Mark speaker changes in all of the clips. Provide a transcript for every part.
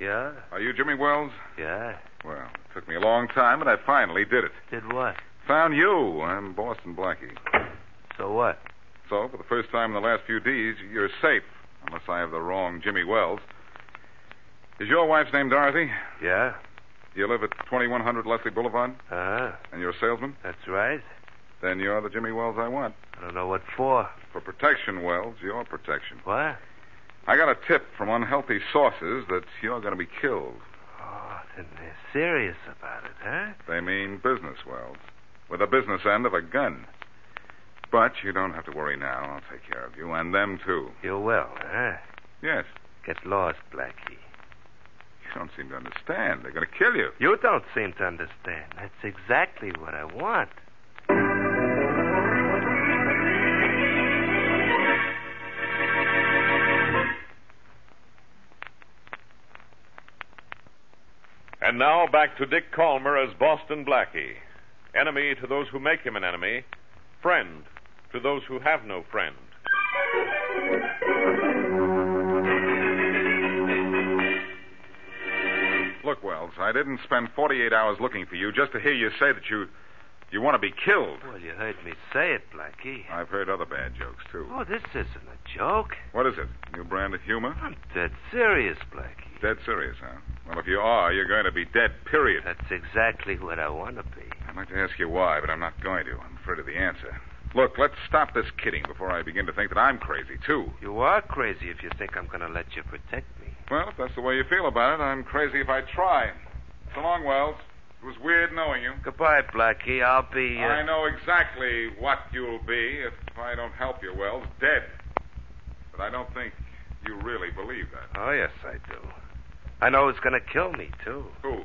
Speaker 1: Yeah?
Speaker 2: Are you Jimmy Wells?
Speaker 1: Yeah?
Speaker 2: Well, it took me a long time, but I finally did it.
Speaker 1: Did what?
Speaker 2: Found you. I'm Boston Blackie.
Speaker 1: So what?
Speaker 2: So, for the first time in the last few days, you're safe, unless I have the wrong Jimmy Wells. Is your wife's name Dorothy?
Speaker 1: Yeah?
Speaker 2: Do you live at 2100 Leslie Boulevard?
Speaker 1: Uh-huh.
Speaker 2: And you're a salesman?
Speaker 1: That's right.
Speaker 2: Then you're the Jimmy Wells I want.
Speaker 1: I don't know what for.
Speaker 2: For protection, Wells, your protection.
Speaker 1: What?
Speaker 2: I got a tip from unhealthy sources that you're going to be killed.
Speaker 1: Oh, then they're serious about it, huh?
Speaker 2: They mean business, Wells. With a business end of a gun. But you don't have to worry now. I'll take care of you and them, too.
Speaker 1: You will, huh?
Speaker 2: Yes.
Speaker 1: Get lost, Blackie.
Speaker 2: You don't seem to understand. They're going to kill you.
Speaker 1: You don't seem to understand. That's exactly what I want.
Speaker 3: And now back to Dick Calmer as Boston Blackie. Enemy to those who make him an enemy, friend to those who have no friend.
Speaker 2: Look, Wells, I didn't spend 48 hours looking for you just to hear you say that you you want to be killed.
Speaker 1: Well, you heard me say it, Blackie.
Speaker 2: I've heard other bad jokes, too.
Speaker 1: Oh, this isn't a joke.
Speaker 2: What is it? New brand of humor?
Speaker 1: I'm dead serious, Blackie.
Speaker 2: Dead serious, huh? Well, if you are, you're going to be dead, period.
Speaker 1: That's exactly what I want to be.
Speaker 2: I'd like to ask you why, but I'm not going to. I'm afraid of the answer. Look, let's stop this kidding before I begin to think that I'm crazy, too.
Speaker 1: You are crazy if you think I'm going to let you protect me.
Speaker 2: Well, if that's the way you feel about it, I'm crazy if I try. So long, Wells. It was weird knowing you.
Speaker 1: Goodbye, Blackie. I'll be. Uh...
Speaker 2: I know exactly what you'll be if I don't help you, Wells. Dead. But I don't think you really believe that.
Speaker 1: Oh, yes, I do. I know who's going to kill me, too.
Speaker 2: Who?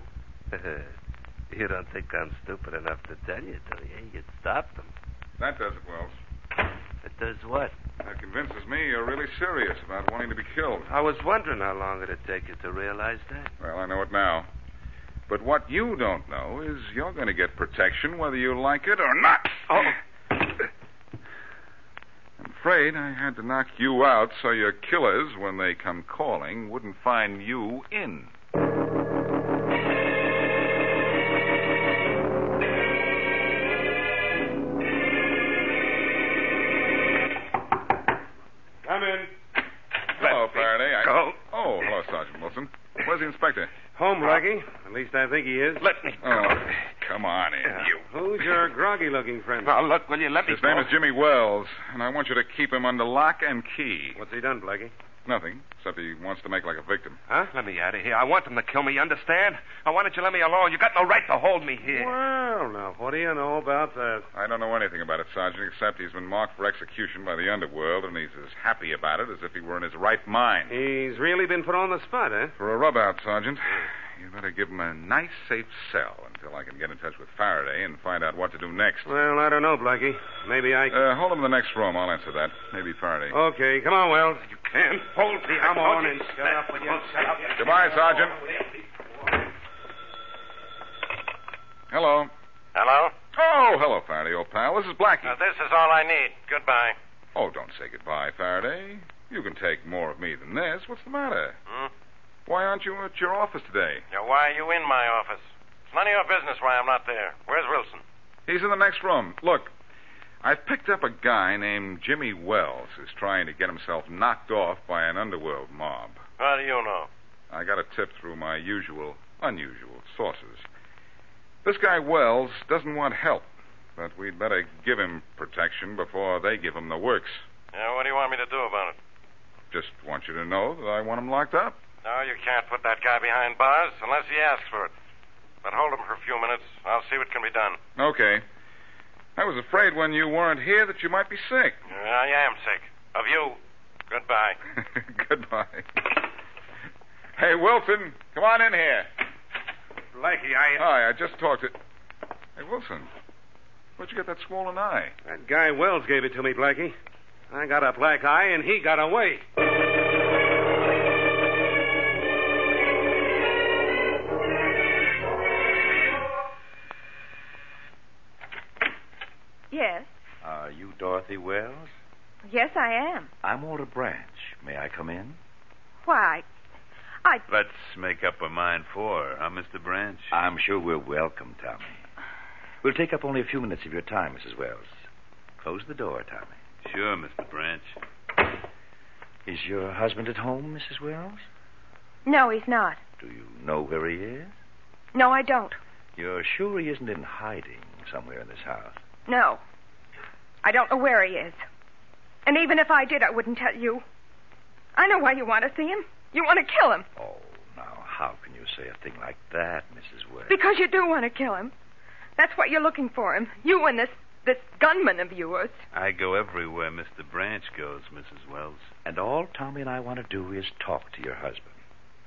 Speaker 1: you don't think I'm stupid enough to tell you, do you? You'd stop them.
Speaker 2: That does it, Wells.
Speaker 1: It does what?
Speaker 2: That convinces me you're really serious about wanting to be killed.
Speaker 1: I was wondering how long it'd take you to realize that.
Speaker 2: Well, I know it now. But what you don't know is you're going to get protection whether you like it or not.
Speaker 1: Oh.
Speaker 2: I'm afraid I had to knock you out so your killers, when they come calling, wouldn't find you in.
Speaker 3: Come in.
Speaker 2: Hello, Faraday. I...
Speaker 1: Go.
Speaker 2: Oh, hello, Sergeant Wilson. Where's the inspector?
Speaker 3: Home,
Speaker 2: Oh,
Speaker 4: Blackie? At least I think he is.
Speaker 5: Let me.
Speaker 2: Oh, come on in, you.
Speaker 4: Who's your groggy looking friend?
Speaker 5: Now, look, will you let me
Speaker 2: His name
Speaker 5: go?
Speaker 2: is Jimmy Wells, and I want you to keep him under lock and key.
Speaker 4: What's he done, Blackie?
Speaker 2: Nothing, except he wants to make like a victim.
Speaker 5: Huh? Let me out of here. I want them to kill me, you understand? Now, why don't you let me alone? You got no right to hold me here.
Speaker 4: Well, now, what do you know about that?
Speaker 2: I don't know anything about it, Sergeant, except he's been marked for execution by the underworld, and he's as happy about it as if he were in his right mind.
Speaker 4: He's really been put on the spot, eh?
Speaker 2: For a rub out, Sergeant, you better give him a nice, safe cell until I can get in touch with Faraday and find out what to do next.
Speaker 4: Well, I don't know, Blackie. Maybe I.
Speaker 2: Uh, hold him in the next room. I'll answer that. Maybe Faraday.
Speaker 4: Okay, come on, Wells.
Speaker 5: You can't hold me. I
Speaker 4: Come
Speaker 5: told
Speaker 4: on
Speaker 5: you
Speaker 4: in.
Speaker 5: to
Speaker 4: Shut
Speaker 5: stay.
Speaker 4: up with you.
Speaker 5: Oh, shut up.
Speaker 2: Goodbye, Sergeant. Hello.
Speaker 6: Hello?
Speaker 2: Oh, hello, Faraday, old pal. This is Blackie.
Speaker 6: Uh, this is all I need. Goodbye.
Speaker 2: Oh, don't say goodbye, Faraday. You can take more of me than this. What's the matter?
Speaker 6: Hmm?
Speaker 2: Why aren't you at your office today?
Speaker 6: Yeah, why are you in my office? It's none of your business why I'm not there. Where's Wilson?
Speaker 2: He's in the next room. Look, I picked up a guy named Jimmy Wells who's trying to get himself knocked off by an underworld mob.
Speaker 6: How do you know?
Speaker 2: I got a tip through my usual, unusual sources. This guy Wells doesn't want help, but we'd better give him protection before they give him the works.
Speaker 6: Yeah, what do you want me to do about it?
Speaker 2: Just want you to know that I want him locked up.
Speaker 6: No, you can't put that guy behind bars unless he asks for it. But hold him for a few minutes. I'll see what can be done.
Speaker 2: Okay. I was afraid when you weren't here that you might be sick.
Speaker 6: Yeah, I am sick. Of you. Goodbye.
Speaker 2: Goodbye. Hey, Wilson, come on in here.
Speaker 4: Blackie, I.
Speaker 2: Hi, I just talked to. Hey, Wilson, where'd you get that swollen eye?
Speaker 4: That guy Wells gave it to me, Blackie. I got a black eye, and he got away.
Speaker 7: Yes.
Speaker 8: Are you Dorothy Wells?
Speaker 7: Yes, I am.
Speaker 8: I'm Walter Branch. May I come in?
Speaker 7: Why? I.
Speaker 5: Let's make up our mind for, huh, Mr. Branch?
Speaker 8: I'm sure we're welcome, Tommy. We'll take up only a few minutes of your time, Mrs. Wells. Close the door, Tommy.
Speaker 5: Sure, Mr. Branch.
Speaker 8: Is your husband at home, Mrs. Wells?
Speaker 7: No, he's not.
Speaker 8: Know where he is?
Speaker 7: No, I don't.
Speaker 8: You're sure he isn't in hiding somewhere in this house?
Speaker 7: No. I don't know where he is. And even if I did, I wouldn't tell you. I know why you want to see him. You want to kill him.
Speaker 8: Oh, now, how can you say a thing like that, Mrs. Wells?
Speaker 7: Because you do want to kill him. That's what you're looking for him. You and this this gunman of yours.
Speaker 5: I go everywhere Mr. Branch goes, Mrs. Wells.
Speaker 8: And all Tommy and I want to do is talk to your husband.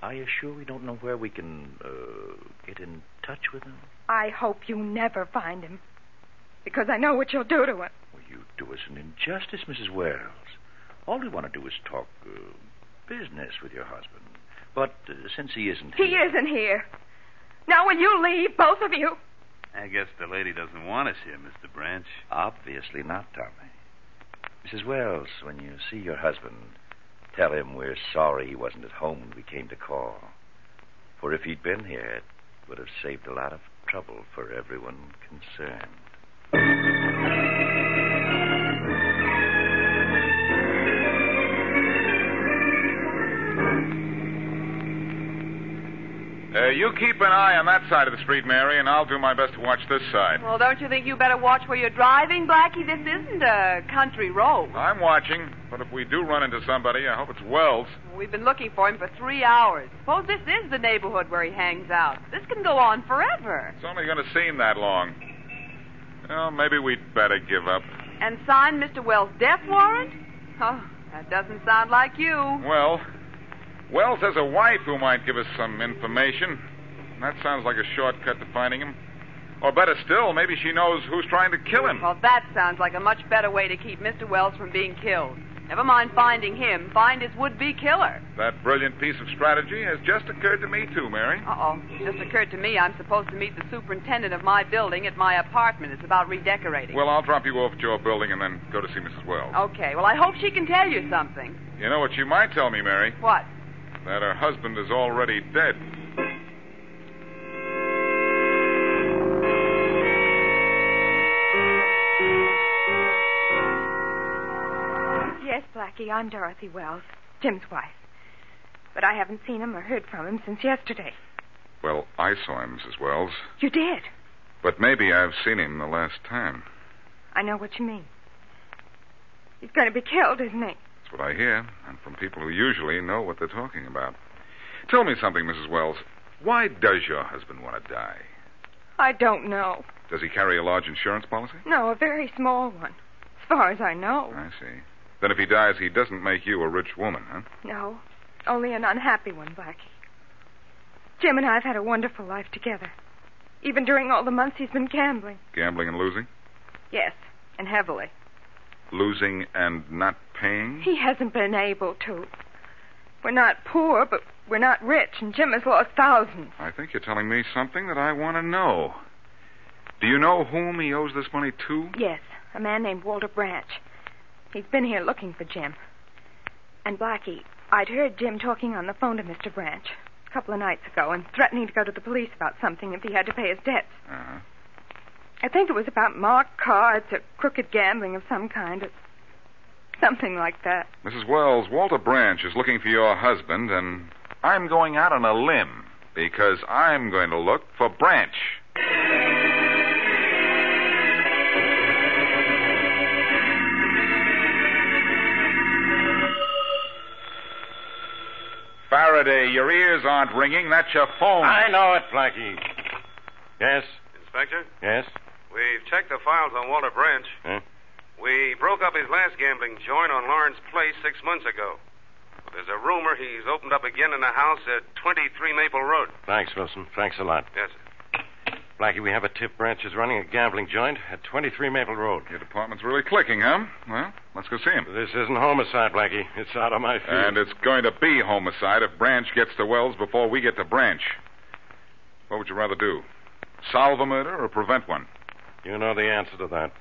Speaker 8: Are you sure we don't know where we can uh, get in touch with him?
Speaker 7: I hope you never find him. Because I know what you'll do to him.
Speaker 8: Do us an injustice, Mrs. Wells. All we want to do is talk uh, business with your husband. But uh, since he isn't
Speaker 7: He
Speaker 8: here,
Speaker 7: isn't here. Now, will you leave, both of you?
Speaker 5: I guess the lady doesn't want us here, Mr. Branch.
Speaker 8: obviously not, Tommy. Mrs. Wells, when you see your husband, tell him we're sorry he wasn't at home when we came to call. For if he'd been here, it would have saved a lot of trouble for everyone concerned.
Speaker 2: Uh, you keep an eye on that side of the street, Mary, and I'll do my best to watch this side.
Speaker 9: Well, don't you think you better watch where you're driving, Blackie? This isn't a Uh, country road.
Speaker 2: I'm watching, but if we do run into somebody, I hope it's Wells.
Speaker 9: We've been looking for him for three hours. Suppose this is the neighborhood where he hangs out. This can go on forever.
Speaker 2: It's only going to seem that long. Well, maybe we'd better give up.
Speaker 9: And sign Mr. Wells' death warrant? Oh, that doesn't sound like you.
Speaker 2: Well, Wells has a wife who might give us some information. That sounds like a shortcut to finding him. Or better still, maybe she knows who's trying to kill him.
Speaker 9: Well, that sounds like a much better way to keep Mr. Wells from being killed. Never mind finding him. Find his would-be killer.
Speaker 2: That brilliant piece of strategy has just occurred to me, too, Mary.
Speaker 9: Uh-oh. Just occurred to me I'm supposed to meet the superintendent of my building at my apartment. It's about redecorating.
Speaker 2: Well, I'll drop you off at your building and then go to see Mrs. Wells.
Speaker 7: Oh.
Speaker 9: Okay. Well, I hope she can tell you something.
Speaker 2: You know what she might tell me, Mary?
Speaker 9: What?
Speaker 2: That her husband is already dead.
Speaker 7: Yes, Blackie, I'm Dorothy Wells, Jim's wife. But I haven't seen him or heard from him since yesterday.
Speaker 2: Well, I saw him, Mrs. Wells,
Speaker 7: You did.
Speaker 2: but maybe I've seen him the last time.
Speaker 7: I know what you mean. He's going to be killed, isn't he?
Speaker 2: That's what I hear, and from people who usually know what they're talking about. Tell me something, Mrs. Wells. Why does your husband want to die?
Speaker 7: I don't know.
Speaker 2: Does he carry a large insurance policy?
Speaker 7: No, a very small one. As far as I know.
Speaker 2: I see. Then if he dies, he doesn't make you a rich woman, huh?
Speaker 7: No, only an unhappy one, Blackie. Jim and I have had a wonderful life together, even during all the months he's been gambling.
Speaker 2: Gambling and losing?
Speaker 7: Yes, and heavily.
Speaker 2: Losing and not paying?
Speaker 7: He hasn't been able to. We're not poor, but we're not rich, and Jim has lost thousands.
Speaker 2: I think you're telling me something that I want to know. Do you know whom he owes this money to?
Speaker 7: Yes, a man named Walter Branch. He's been here looking for Jim. And Blackie, I'd heard Jim talking on the phone to Mr. Branch a couple of nights ago and threatening to go to the police about something if he had to pay his debts.
Speaker 2: Uh-huh.
Speaker 7: I think it was about marked cards or crooked gambling of some kind or something like that.
Speaker 2: Mrs. Wells, Walter Branch is looking for your husband, and I'm going out on a limb because I'm going to look for Branch. Faraday, your ears aren't ringing. That's your phone.
Speaker 5: I know it, Blackie. Yes,
Speaker 4: Inspector,
Speaker 5: yes.
Speaker 4: we've checked the files on Walter Branch.
Speaker 5: Huh?
Speaker 4: We broke up his last gambling joint on Lawrence Place six months ago. There's a rumor he's opened up again in a house at 23 Maple Road.
Speaker 5: Thanks, Wilson. Thanks a lot.
Speaker 4: Yes, sir.
Speaker 5: Blackie, we have a tip. Branch is running a gambling joint at 23 Maple Road.
Speaker 2: Your department's really clicking, huh? Well, let's go see him.
Speaker 5: This isn't homicide, Blackie. It's out of my field.
Speaker 2: And it's going to be homicide if Branch gets to Wells before we get to Branch. What would you rather do? Solve a murder or prevent one?
Speaker 5: You know the answer to that.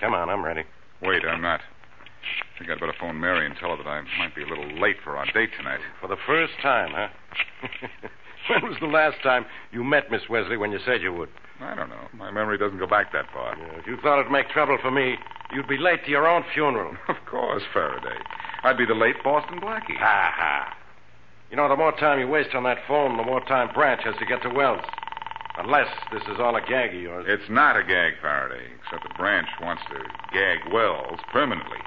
Speaker 5: Come on, I'm ready.
Speaker 2: Wait, I'm not. I think I'd better phone Mary and tell her that I might be a little late for our date tonight.
Speaker 5: For the first time, huh? when was the last time you met Miss Wesley when you said you would?
Speaker 2: I don't know. My memory doesn't go back that far.
Speaker 5: If you thought it'd make trouble for me, you'd be late to your own funeral.
Speaker 2: Of course, Faraday. I'd be the late Boston Blackie.
Speaker 5: Ha ha. You know, the more time you waste on that phone, the more time Branch has to get to Wells. Unless this is all a gag of yours.
Speaker 2: It's not a gag, Faraday, except that Branch wants to gag Wells permanently.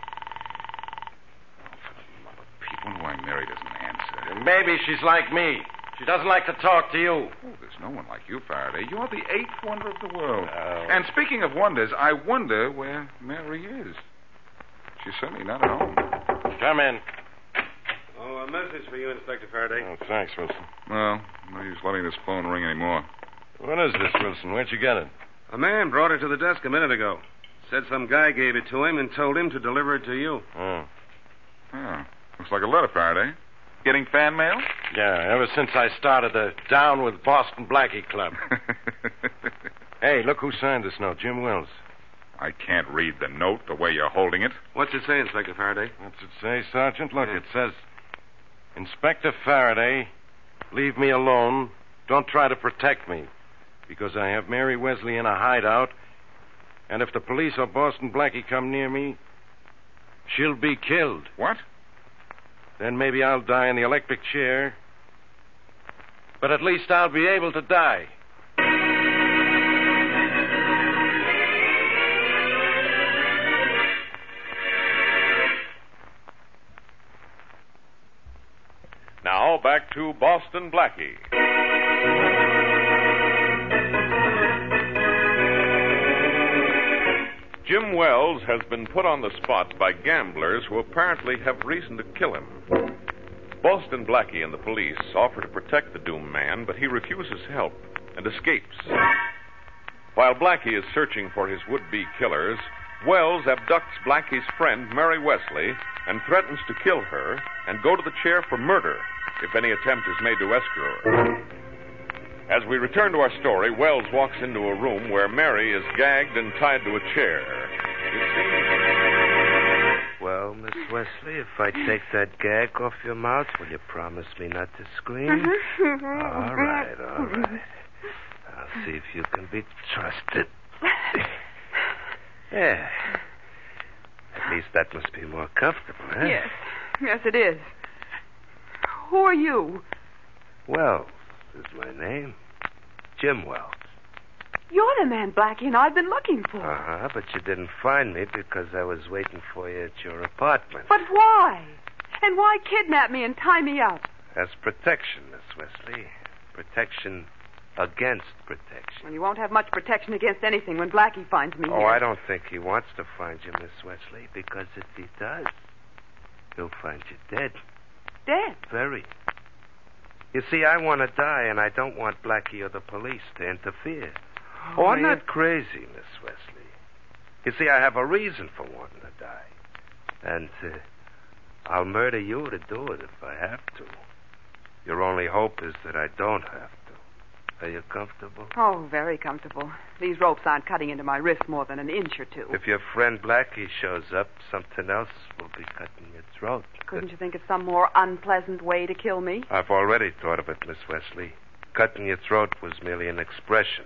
Speaker 2: Oh, for the love of Pete, wonder why Mary doesn't answer.
Speaker 5: And maybe she's like me. She doesn't like to talk to you.
Speaker 2: Oh, there's no one like you, Faraday. You're the eighth wonder of the world. And speaking of wonders, I wonder where Mary is. She's certainly not at home.
Speaker 5: Come in.
Speaker 4: Oh, a message for you, Inspector Faraday.
Speaker 5: Oh, thanks, Wilson.
Speaker 2: Well, no use letting this phone ring anymore.
Speaker 5: What is this, Wilson? Where'd you get it?
Speaker 4: A man brought it to the desk a minute ago. Said some guy gave it to him and told him to deliver it to you.
Speaker 2: Hmm.
Speaker 5: Oh.
Speaker 2: Oh, looks like a letter, Faraday. Getting fan mail?
Speaker 5: Yeah, ever since I started the Down with Boston Blackie Club. hey, look who signed this note, Jim Wells.
Speaker 2: I can't read the note the way you're holding it.
Speaker 4: What's it say, Inspector Faraday?
Speaker 5: What's it say, Sergeant? Look, it says, Inspector Faraday, leave me alone. Don't try to protect me, because I have Mary Wesley in a hideout, and if the police or Boston Blackie come near me, she'll be killed.
Speaker 2: What?
Speaker 5: Then maybe I'll die in the electric chair, but at least I'll be able to die.
Speaker 3: Now back to Boston Blackie. Jim Wells has been put on the spot by gamblers who apparently have reason to kill him. Boston Blackie and the police offer to protect the doomed man, but he refuses help and escapes. While Blackie is searching for his would be killers, Wells abducts Blackie's friend, Mary Wesley, and threatens to kill her and go to the chair for murder if any attempt is made to rescue her. As we return to our story, Wells walks into a room where Mary is gagged and tied to a chair.
Speaker 10: Well, Miss Wesley, if I take that gag off your mouth, will you promise me not to scream?
Speaker 9: Mm-hmm,
Speaker 10: All right, all right. I'll see if you can be trusted. Yeah. At least that must be more comfortable, huh?
Speaker 9: Yes. Yes, it is. Who are you?
Speaker 10: Wells is my name. Jim Wells.
Speaker 9: You're the man Blackie and I've been looking for.
Speaker 10: Uh huh, but you didn't find me because I was waiting for you at your apartment.
Speaker 9: But why? And why kidnap me and tie me up?
Speaker 10: That's protection, Miss Wesley. Protection against protection.
Speaker 9: Well, you won't have much protection against anything when Blackie finds
Speaker 7: Mm-hmm.
Speaker 9: me
Speaker 10: Oh,
Speaker 9: here.
Speaker 10: I don't think he wants to find you, Miss Wesley, because if he does, he'll find you dead.
Speaker 9: Dead?
Speaker 10: Very. You see, I want to die, and I don't want Blackie or the police to interfere. Oh, I'm
Speaker 6: man.
Speaker 10: not crazy, Miss Wesley. You see, I have a reason for wanting to die. And uh, I'll murder you to do it if I have to. Your only hope is that I don't have to. Are you comfortable?
Speaker 9: Oh, very comfortable. These ropes aren't cutting into my wrist more than an inch or two.
Speaker 10: If your friend Blackie shows up, something else will be cutting your throat.
Speaker 9: Couldn't you think of some more unpleasant way to kill me?
Speaker 10: I've already thought of it, Miss Wesley. Cutting your throat was merely an expression.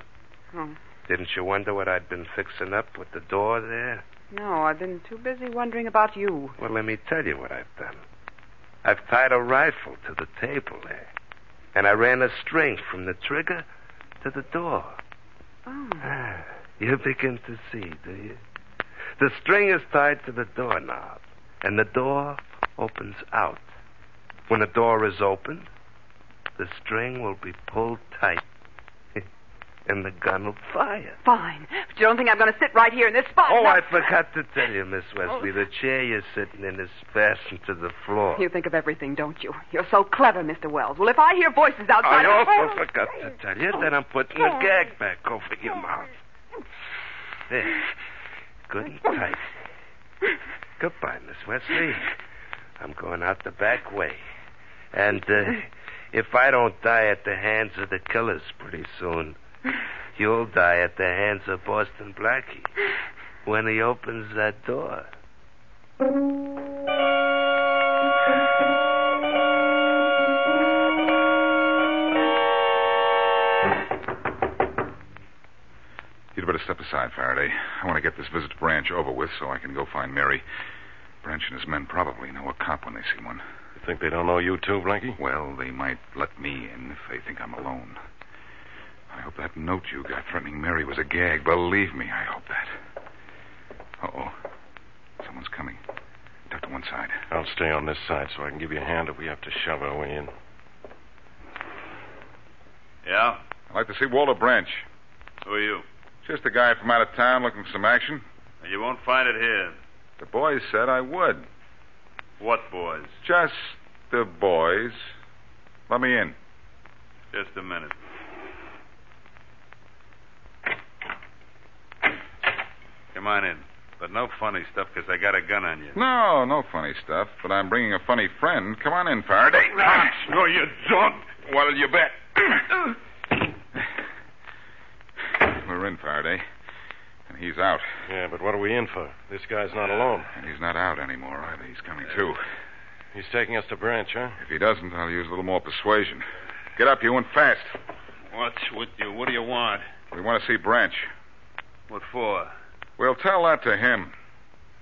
Speaker 9: Oh,
Speaker 10: Didn't you wonder what I'd been fixing up with the door there?
Speaker 9: no, I've been too busy wondering about you.
Speaker 10: Well, let me tell you what I've done. I've tied a rifle to the table there, and I ran a string from the trigger to the door. Ah,
Speaker 9: Oh.
Speaker 10: You begin to see, do you? The string is tied to the doorknob, and the door opens out. When the door is opened, the string will be pulled tight, and the gun will fire.
Speaker 9: Fine. But you don't think I'm going to sit right here in this spot?
Speaker 10: Oh,
Speaker 9: No.
Speaker 10: I forgot to tell you, Miss Wesley, the chair you're sitting in is fastened to the floor.
Speaker 9: You think of everything, don't you? You're so clever, Mr. Wells. Well, if I hear voices outside.
Speaker 10: I also
Speaker 9: Oh,
Speaker 10: forgot to tell you that I'm putting the gag back over your mouth. There. Good and tight. Goodbye, Miss Wesley. I'm going out the back way. And uh, if I don't die at the hands of the killers pretty soon, you'll die at the hands of Boston Blackie when he opens that door.
Speaker 2: You'd better step aside, Faraday. I want to get this visit to Branch over with so I can go find Mary. Branch and his men probably know a cop when they see one.
Speaker 6: You think they don't know you too, Blanky?
Speaker 2: Well, they might let me in if they think I'm alone. I hope that note you got threatening Mary was a gag. Believe me, I hope that. Uh oh. Someone's coming. Duck to one side.
Speaker 6: I'll stay on this side so I can give you a hand if we have to shove our way in.
Speaker 2: Yeah? I'd like to see Walter Branch.
Speaker 6: Who are you?
Speaker 2: Just a guy from out of town looking for some action.
Speaker 6: You won't find it here.
Speaker 2: The boys said I would.
Speaker 6: What boys?
Speaker 2: Just the boys. Let me in.
Speaker 6: Just a minute. Come on in. But no funny stuff, because I got a gun on you.
Speaker 2: No, no funny stuff, but I'm bringing a funny friend. Come on in, Faraday.
Speaker 6: No, you don't.
Speaker 2: Well, you bet. We're in, Faraday. And he's out.
Speaker 6: Yeah, but what are we in for? This guy's not alone.
Speaker 2: And he's not out anymore either. He's coming too.
Speaker 6: He's taking us to Branch, huh?
Speaker 2: If he doesn't, I'll use a little more persuasion. Get up, you, and fast.
Speaker 6: What's with you? What do you want?
Speaker 2: We want to see Branch.
Speaker 6: What for?
Speaker 2: We'll tell that to him.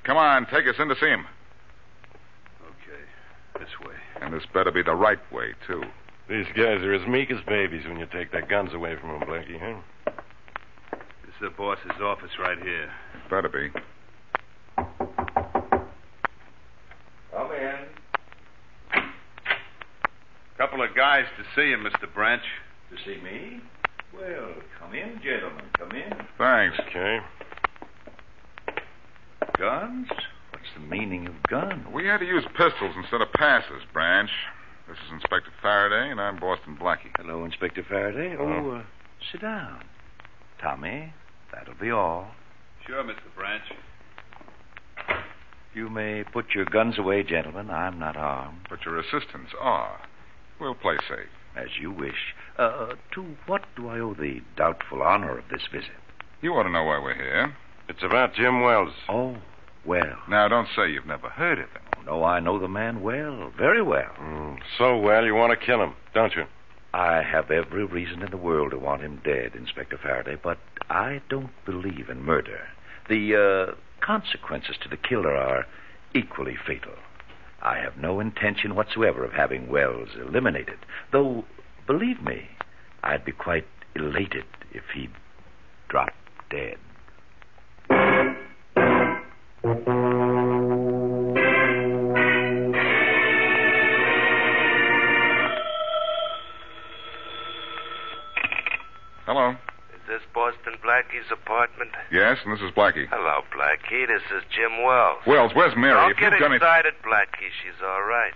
Speaker 2: Come on, take us in to see him.
Speaker 6: Okay. This way.
Speaker 2: And this better be the right way, too.
Speaker 6: These guys are as meek as babies when you take their guns away from them, Blackie, huh? It's the boss's office right here.
Speaker 2: It better be.
Speaker 6: Come in. Couple of guys to see you, Mr. Branch.
Speaker 8: To see me? Well, come in, gentlemen. Come in.
Speaker 2: Thanks.
Speaker 6: Okay.
Speaker 8: Guns? What's the meaning of guns?
Speaker 2: We had to use pistols instead of passes, Branch. This is Inspector Faraday, and I'm Boston Blackie.
Speaker 8: Hello, Inspector Faraday. Oh, uh, sit down. Tommy, that'll be all.
Speaker 6: Sure, Mr. Branch.
Speaker 8: You may put your guns away, gentlemen. I'm not armed.
Speaker 2: But your assistants are. We'll play safe.
Speaker 8: As you wish. Uh, to what do I owe the doubtful honor of this visit?
Speaker 2: You ought to know why we're here.
Speaker 6: It's about Jim Wells.
Speaker 8: Oh, well.
Speaker 2: Now, don't say you've never heard of him.
Speaker 8: No, I know the man well, very well.
Speaker 6: So well, you want to kill him, don't you?
Speaker 8: I have every reason in the world to want him dead, Inspector Faraday, but I don't believe in murder. The uh, consequences to the killer are equally fatal. I have no intention whatsoever of having Wells eliminated, though, believe me, I'd be quite elated if he'd dropped dead.
Speaker 2: Hello.
Speaker 10: Is this Boston Blackie's apartment?
Speaker 2: Yes, and this is Blackie.
Speaker 10: Hello, Blackie. This is Jim Wells.
Speaker 2: Wells, where's Mary?
Speaker 10: Don't
Speaker 2: if
Speaker 10: get
Speaker 2: you've done it.
Speaker 10: excited, Blackie. She's all right.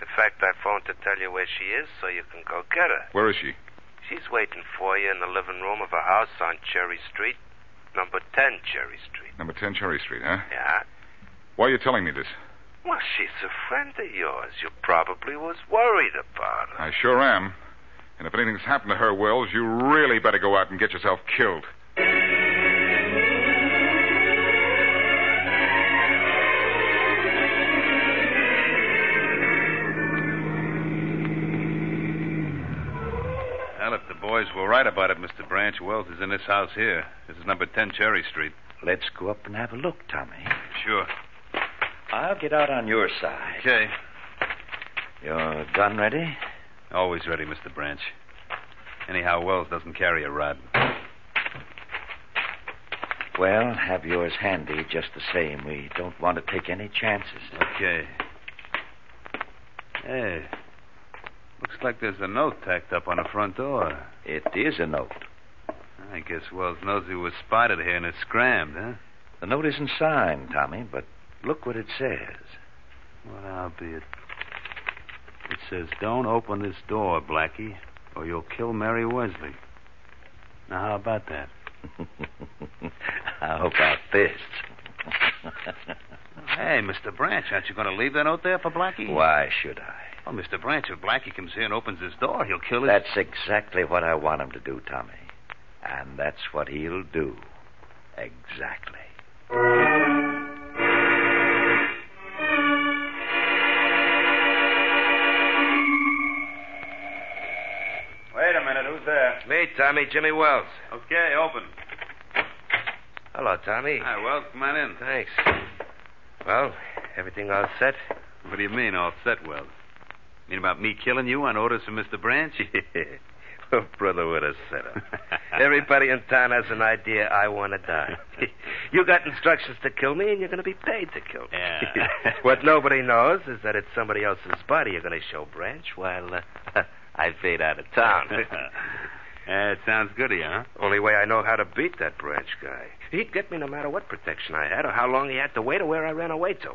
Speaker 10: In fact, I phoned to tell you where she is so you can go get her.
Speaker 2: Where is she?
Speaker 10: She's waiting for you in the living room of her house on Cherry Street, number 10 Cherry Street.
Speaker 2: Number 10 Cherry Street, huh?
Speaker 10: Yeah.
Speaker 2: Why are you telling me this?
Speaker 10: Well, she's a friend of yours. You probably was worried about her.
Speaker 2: I sure am. And if anything's happened to her, Wells, you really better go out and get yourself killed.
Speaker 6: Well, if the boys were right about it, Mr. Branch, Wells is in this house here. This is number 10 Cherry Street.
Speaker 8: Let's go up and have a look, Tommy.
Speaker 6: Sure.
Speaker 8: I'll get out on your side.
Speaker 6: Okay.
Speaker 8: Your gun ready?
Speaker 6: Always ready, Mr. Branch. Anyhow, Wells doesn't carry a rod.
Speaker 8: Well, have yours handy just the same. We don't want to take any chances.
Speaker 6: Okay. Hey, looks like there's a note tacked up on the front door.
Speaker 8: It is a note.
Speaker 6: I guess Wells knows he was spotted here and is scrammed, huh?
Speaker 8: The note isn't signed, Tommy, but look what it says.
Speaker 6: Well, I'll be it. It says, Don't open this door, Blackie, or you'll kill Mary Wesley. Now, how about that?
Speaker 8: How about this?
Speaker 6: Hey, Mr. Branch, aren't you going to leave that note there for Blackie?
Speaker 8: Why should I?
Speaker 6: Oh, Mr. Branch, if Blackie comes here and opens his door, he'll kill his.
Speaker 8: That's exactly what I want him to do, Tommy. And that's what he'll do. Exactly.
Speaker 6: Wait a minute, who's there?
Speaker 10: Me, Tommy, Jimmy Wells.
Speaker 6: Okay, open.
Speaker 10: Hello, Tommy.
Speaker 6: Hi, Wells, come on in.
Speaker 10: Thanks. Well, everything all set?
Speaker 6: What do you mean, all set, Wells? Mean about me killing you on orders from Mr. Branch?
Speaker 10: Oh, brother, what a setup. Everybody in town has an idea I want to die. you got instructions to kill me, and you're going to be paid to kill me.
Speaker 6: Yeah.
Speaker 10: what nobody knows is that it's somebody else's body you're going to show Branch while uh, I fade out of town.
Speaker 6: Yeah, it sounds good to you, huh?
Speaker 10: Only way I know how to beat that Branch guy. He'd get me no matter what protection I had or how long he had to wait or where I ran away to.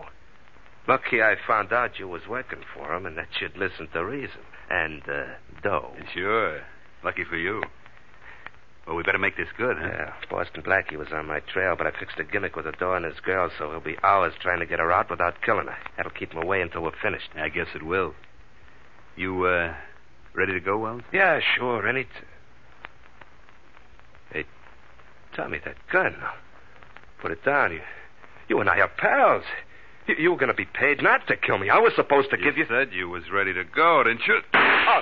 Speaker 10: Lucky I found out you was working for him and that you'd listen to reason and uh, dough.
Speaker 6: Sure. Lucky for you. Well, we better make this good, huh?
Speaker 10: Yeah, Boston Blackie was on my trail, but I fixed a gimmick with the door and his girl, so he'll be hours trying to get her out without killing her. That'll keep him away until we're finished.
Speaker 6: I guess it will. You, uh, ready to go, Wells?
Speaker 10: Yeah, sure, any. T- hey, Tommy, that gun. Put it down. You, you and I are pals. You, you were going to be paid not to kill me. I was supposed to give you.
Speaker 6: said you was ready to go, didn't you?
Speaker 10: Oh.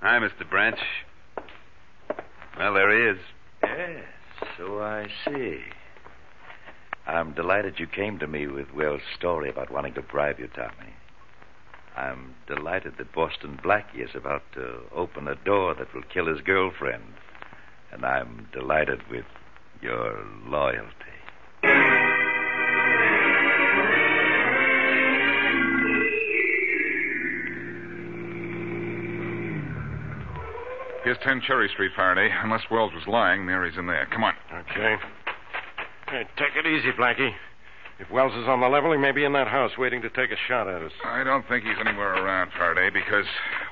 Speaker 6: Hi, Mr. Branch. Well, there he is.
Speaker 8: Yes, so I see. I'm delighted you came to me with Will's story about wanting to bribe you, Tommy. I'm delighted that Boston Blackie is about to open a door that will kill his girlfriend. And I'm delighted with your loyalty.
Speaker 2: Here's 10 Cherry Street, Faraday. Unless Wells was lying, Mary's in there. Come on.
Speaker 5: Okay. Hey, take it easy, Blackie. If Wells is on the level, he may be in that house waiting to take a shot at us.
Speaker 2: I don't think he's anywhere around, Faraday, because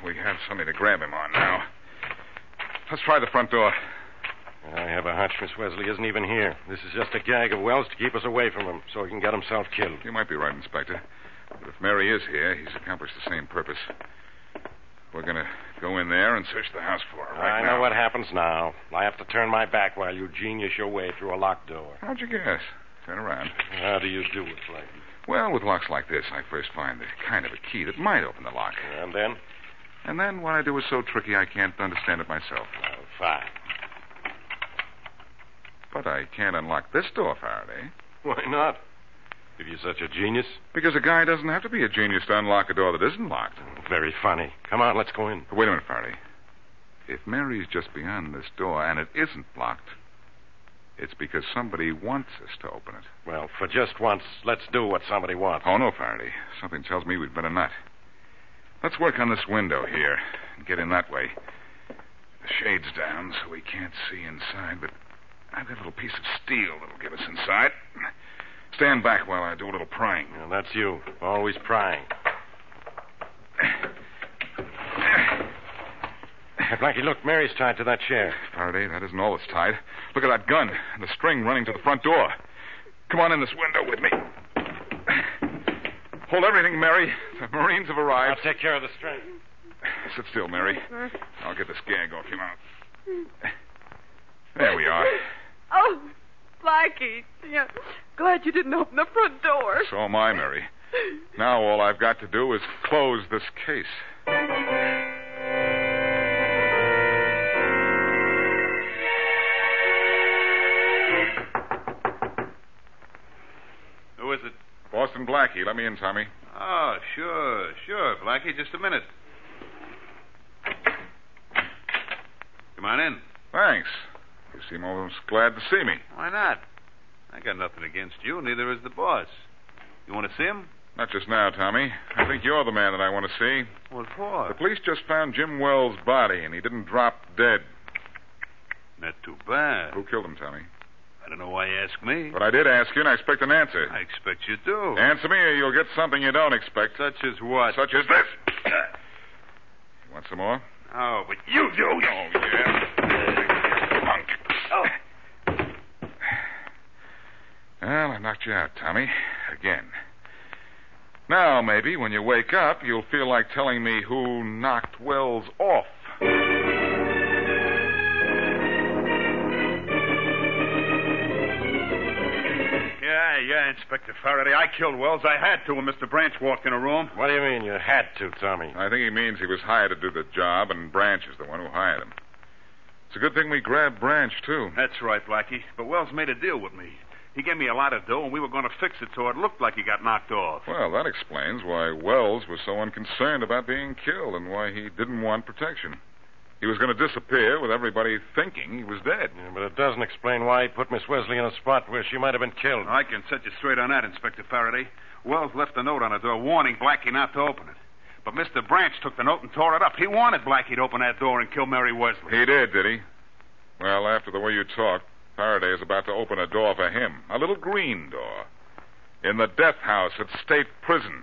Speaker 2: we have something to grab him on now. Let's try the front door.
Speaker 5: I have a hunch Miss Wesley isn't even here. This is just a gag of Wells to keep us away from him so he can get himself killed.
Speaker 2: You might be right, Inspector. But if Mary is here, he's accomplished the same purpose. We're going to go in there and search the house for her right
Speaker 5: I
Speaker 2: now.
Speaker 5: know what happens now. I have to turn my back while you genius your way through a locked door.
Speaker 2: How'd you guess? Turn around.
Speaker 5: How do you do it, Blackie?
Speaker 2: Well, with locks like this, I first find the kind of a key that might open the lock.
Speaker 5: And then?
Speaker 2: And then what I do is so tricky I can't understand it myself.
Speaker 5: Oh, fine.
Speaker 2: But I can't unlock this door, Faraday.
Speaker 5: Why not? If you're such a genius.
Speaker 2: Because a guy doesn't have to be a genius to unlock a door that isn't locked.
Speaker 5: Very funny. Come on, let's go in.
Speaker 2: Wait a minute, Faraday. If Mary's just beyond this door and it isn't locked, it's because somebody wants us to open it.
Speaker 5: Well, for just once, let's do what somebody wants.
Speaker 2: Oh, no, Faraday. Something tells me we'd better not. Let's work on this window here and get in that way. The shade's down, so we can't see inside, but I've got a little piece of steel that'll get us inside. Stand back while I do a little prying.
Speaker 5: Well, that's you. Always prying. Blackie, look, Mary's tied to that chair.
Speaker 2: Faraday, that isn't all that's tied. Look at that gun and the string running to the front door. Come on in this window with me. Hold everything, Mary. The Marines have arrived.
Speaker 5: I'll take care of the string.
Speaker 2: Sit still, Mary.
Speaker 9: Uh-huh.
Speaker 2: I'll get this gag off your mouth. There we are.
Speaker 9: Hmm. Oh, Blackie. Yeah. Glad you didn't open the front door.
Speaker 2: So am I, Mary. Now all I've got to do is close this case.
Speaker 11: Who is it?
Speaker 2: Boston Blackie, let me in, Tommy.
Speaker 11: Oh, sure, sure, Blackie. Just a minute. Come on in.
Speaker 2: Thanks. You seem almost glad to see me.
Speaker 11: Why not? I got nothing against you, neither is the boss. You want to see him?
Speaker 2: Not just now, Tommy. I think you're the man that I want to see.
Speaker 11: What for?
Speaker 2: The police just found Jim Wells' body, and he didn't drop dead.
Speaker 11: Not too bad.
Speaker 2: Who killed him, Tommy?
Speaker 11: I don't know why you ask me.
Speaker 2: But I did ask you, and I expect an answer.
Speaker 11: I expect you do.
Speaker 2: Answer me, or you'll get something you don't expect.
Speaker 11: Such as what?
Speaker 2: Such as this. you want some more?
Speaker 11: Oh, but you do.
Speaker 2: Oh, yeah. Punk. Well, I knocked you out, Tommy. Again. Now, maybe when you wake up, you'll feel like telling me who knocked Wells off.
Speaker 12: Yeah, yeah, Inspector Faraday. I killed Wells. I had to when Mr. Branch walked in a room.
Speaker 5: What do you mean you had to, Tommy?
Speaker 2: I think he means he was hired to do the job, and Branch is the one who hired him. It's a good thing we grabbed Branch, too.
Speaker 12: That's right, Blackie. But Wells made a deal with me. He gave me a lot of dough, and we were going to fix it so it looked like he got knocked off.
Speaker 2: Well, that explains why Wells was so unconcerned about being killed and why he didn't want protection. He was going to disappear with everybody thinking he was dead.
Speaker 5: Yeah, but it doesn't explain why he put Miss Wesley in a spot where she might have been killed.
Speaker 12: I can set you straight on that, Inspector Faraday. Wells left a note on the door warning Blackie not to open it. But Mr. Branch took the note and tore it up. He wanted Blackie to open that door and kill Mary Wesley.
Speaker 2: He did, did he? Well, after the way you talked, Faraday is about to open a door for him, a little green door, in the death house at State Prison.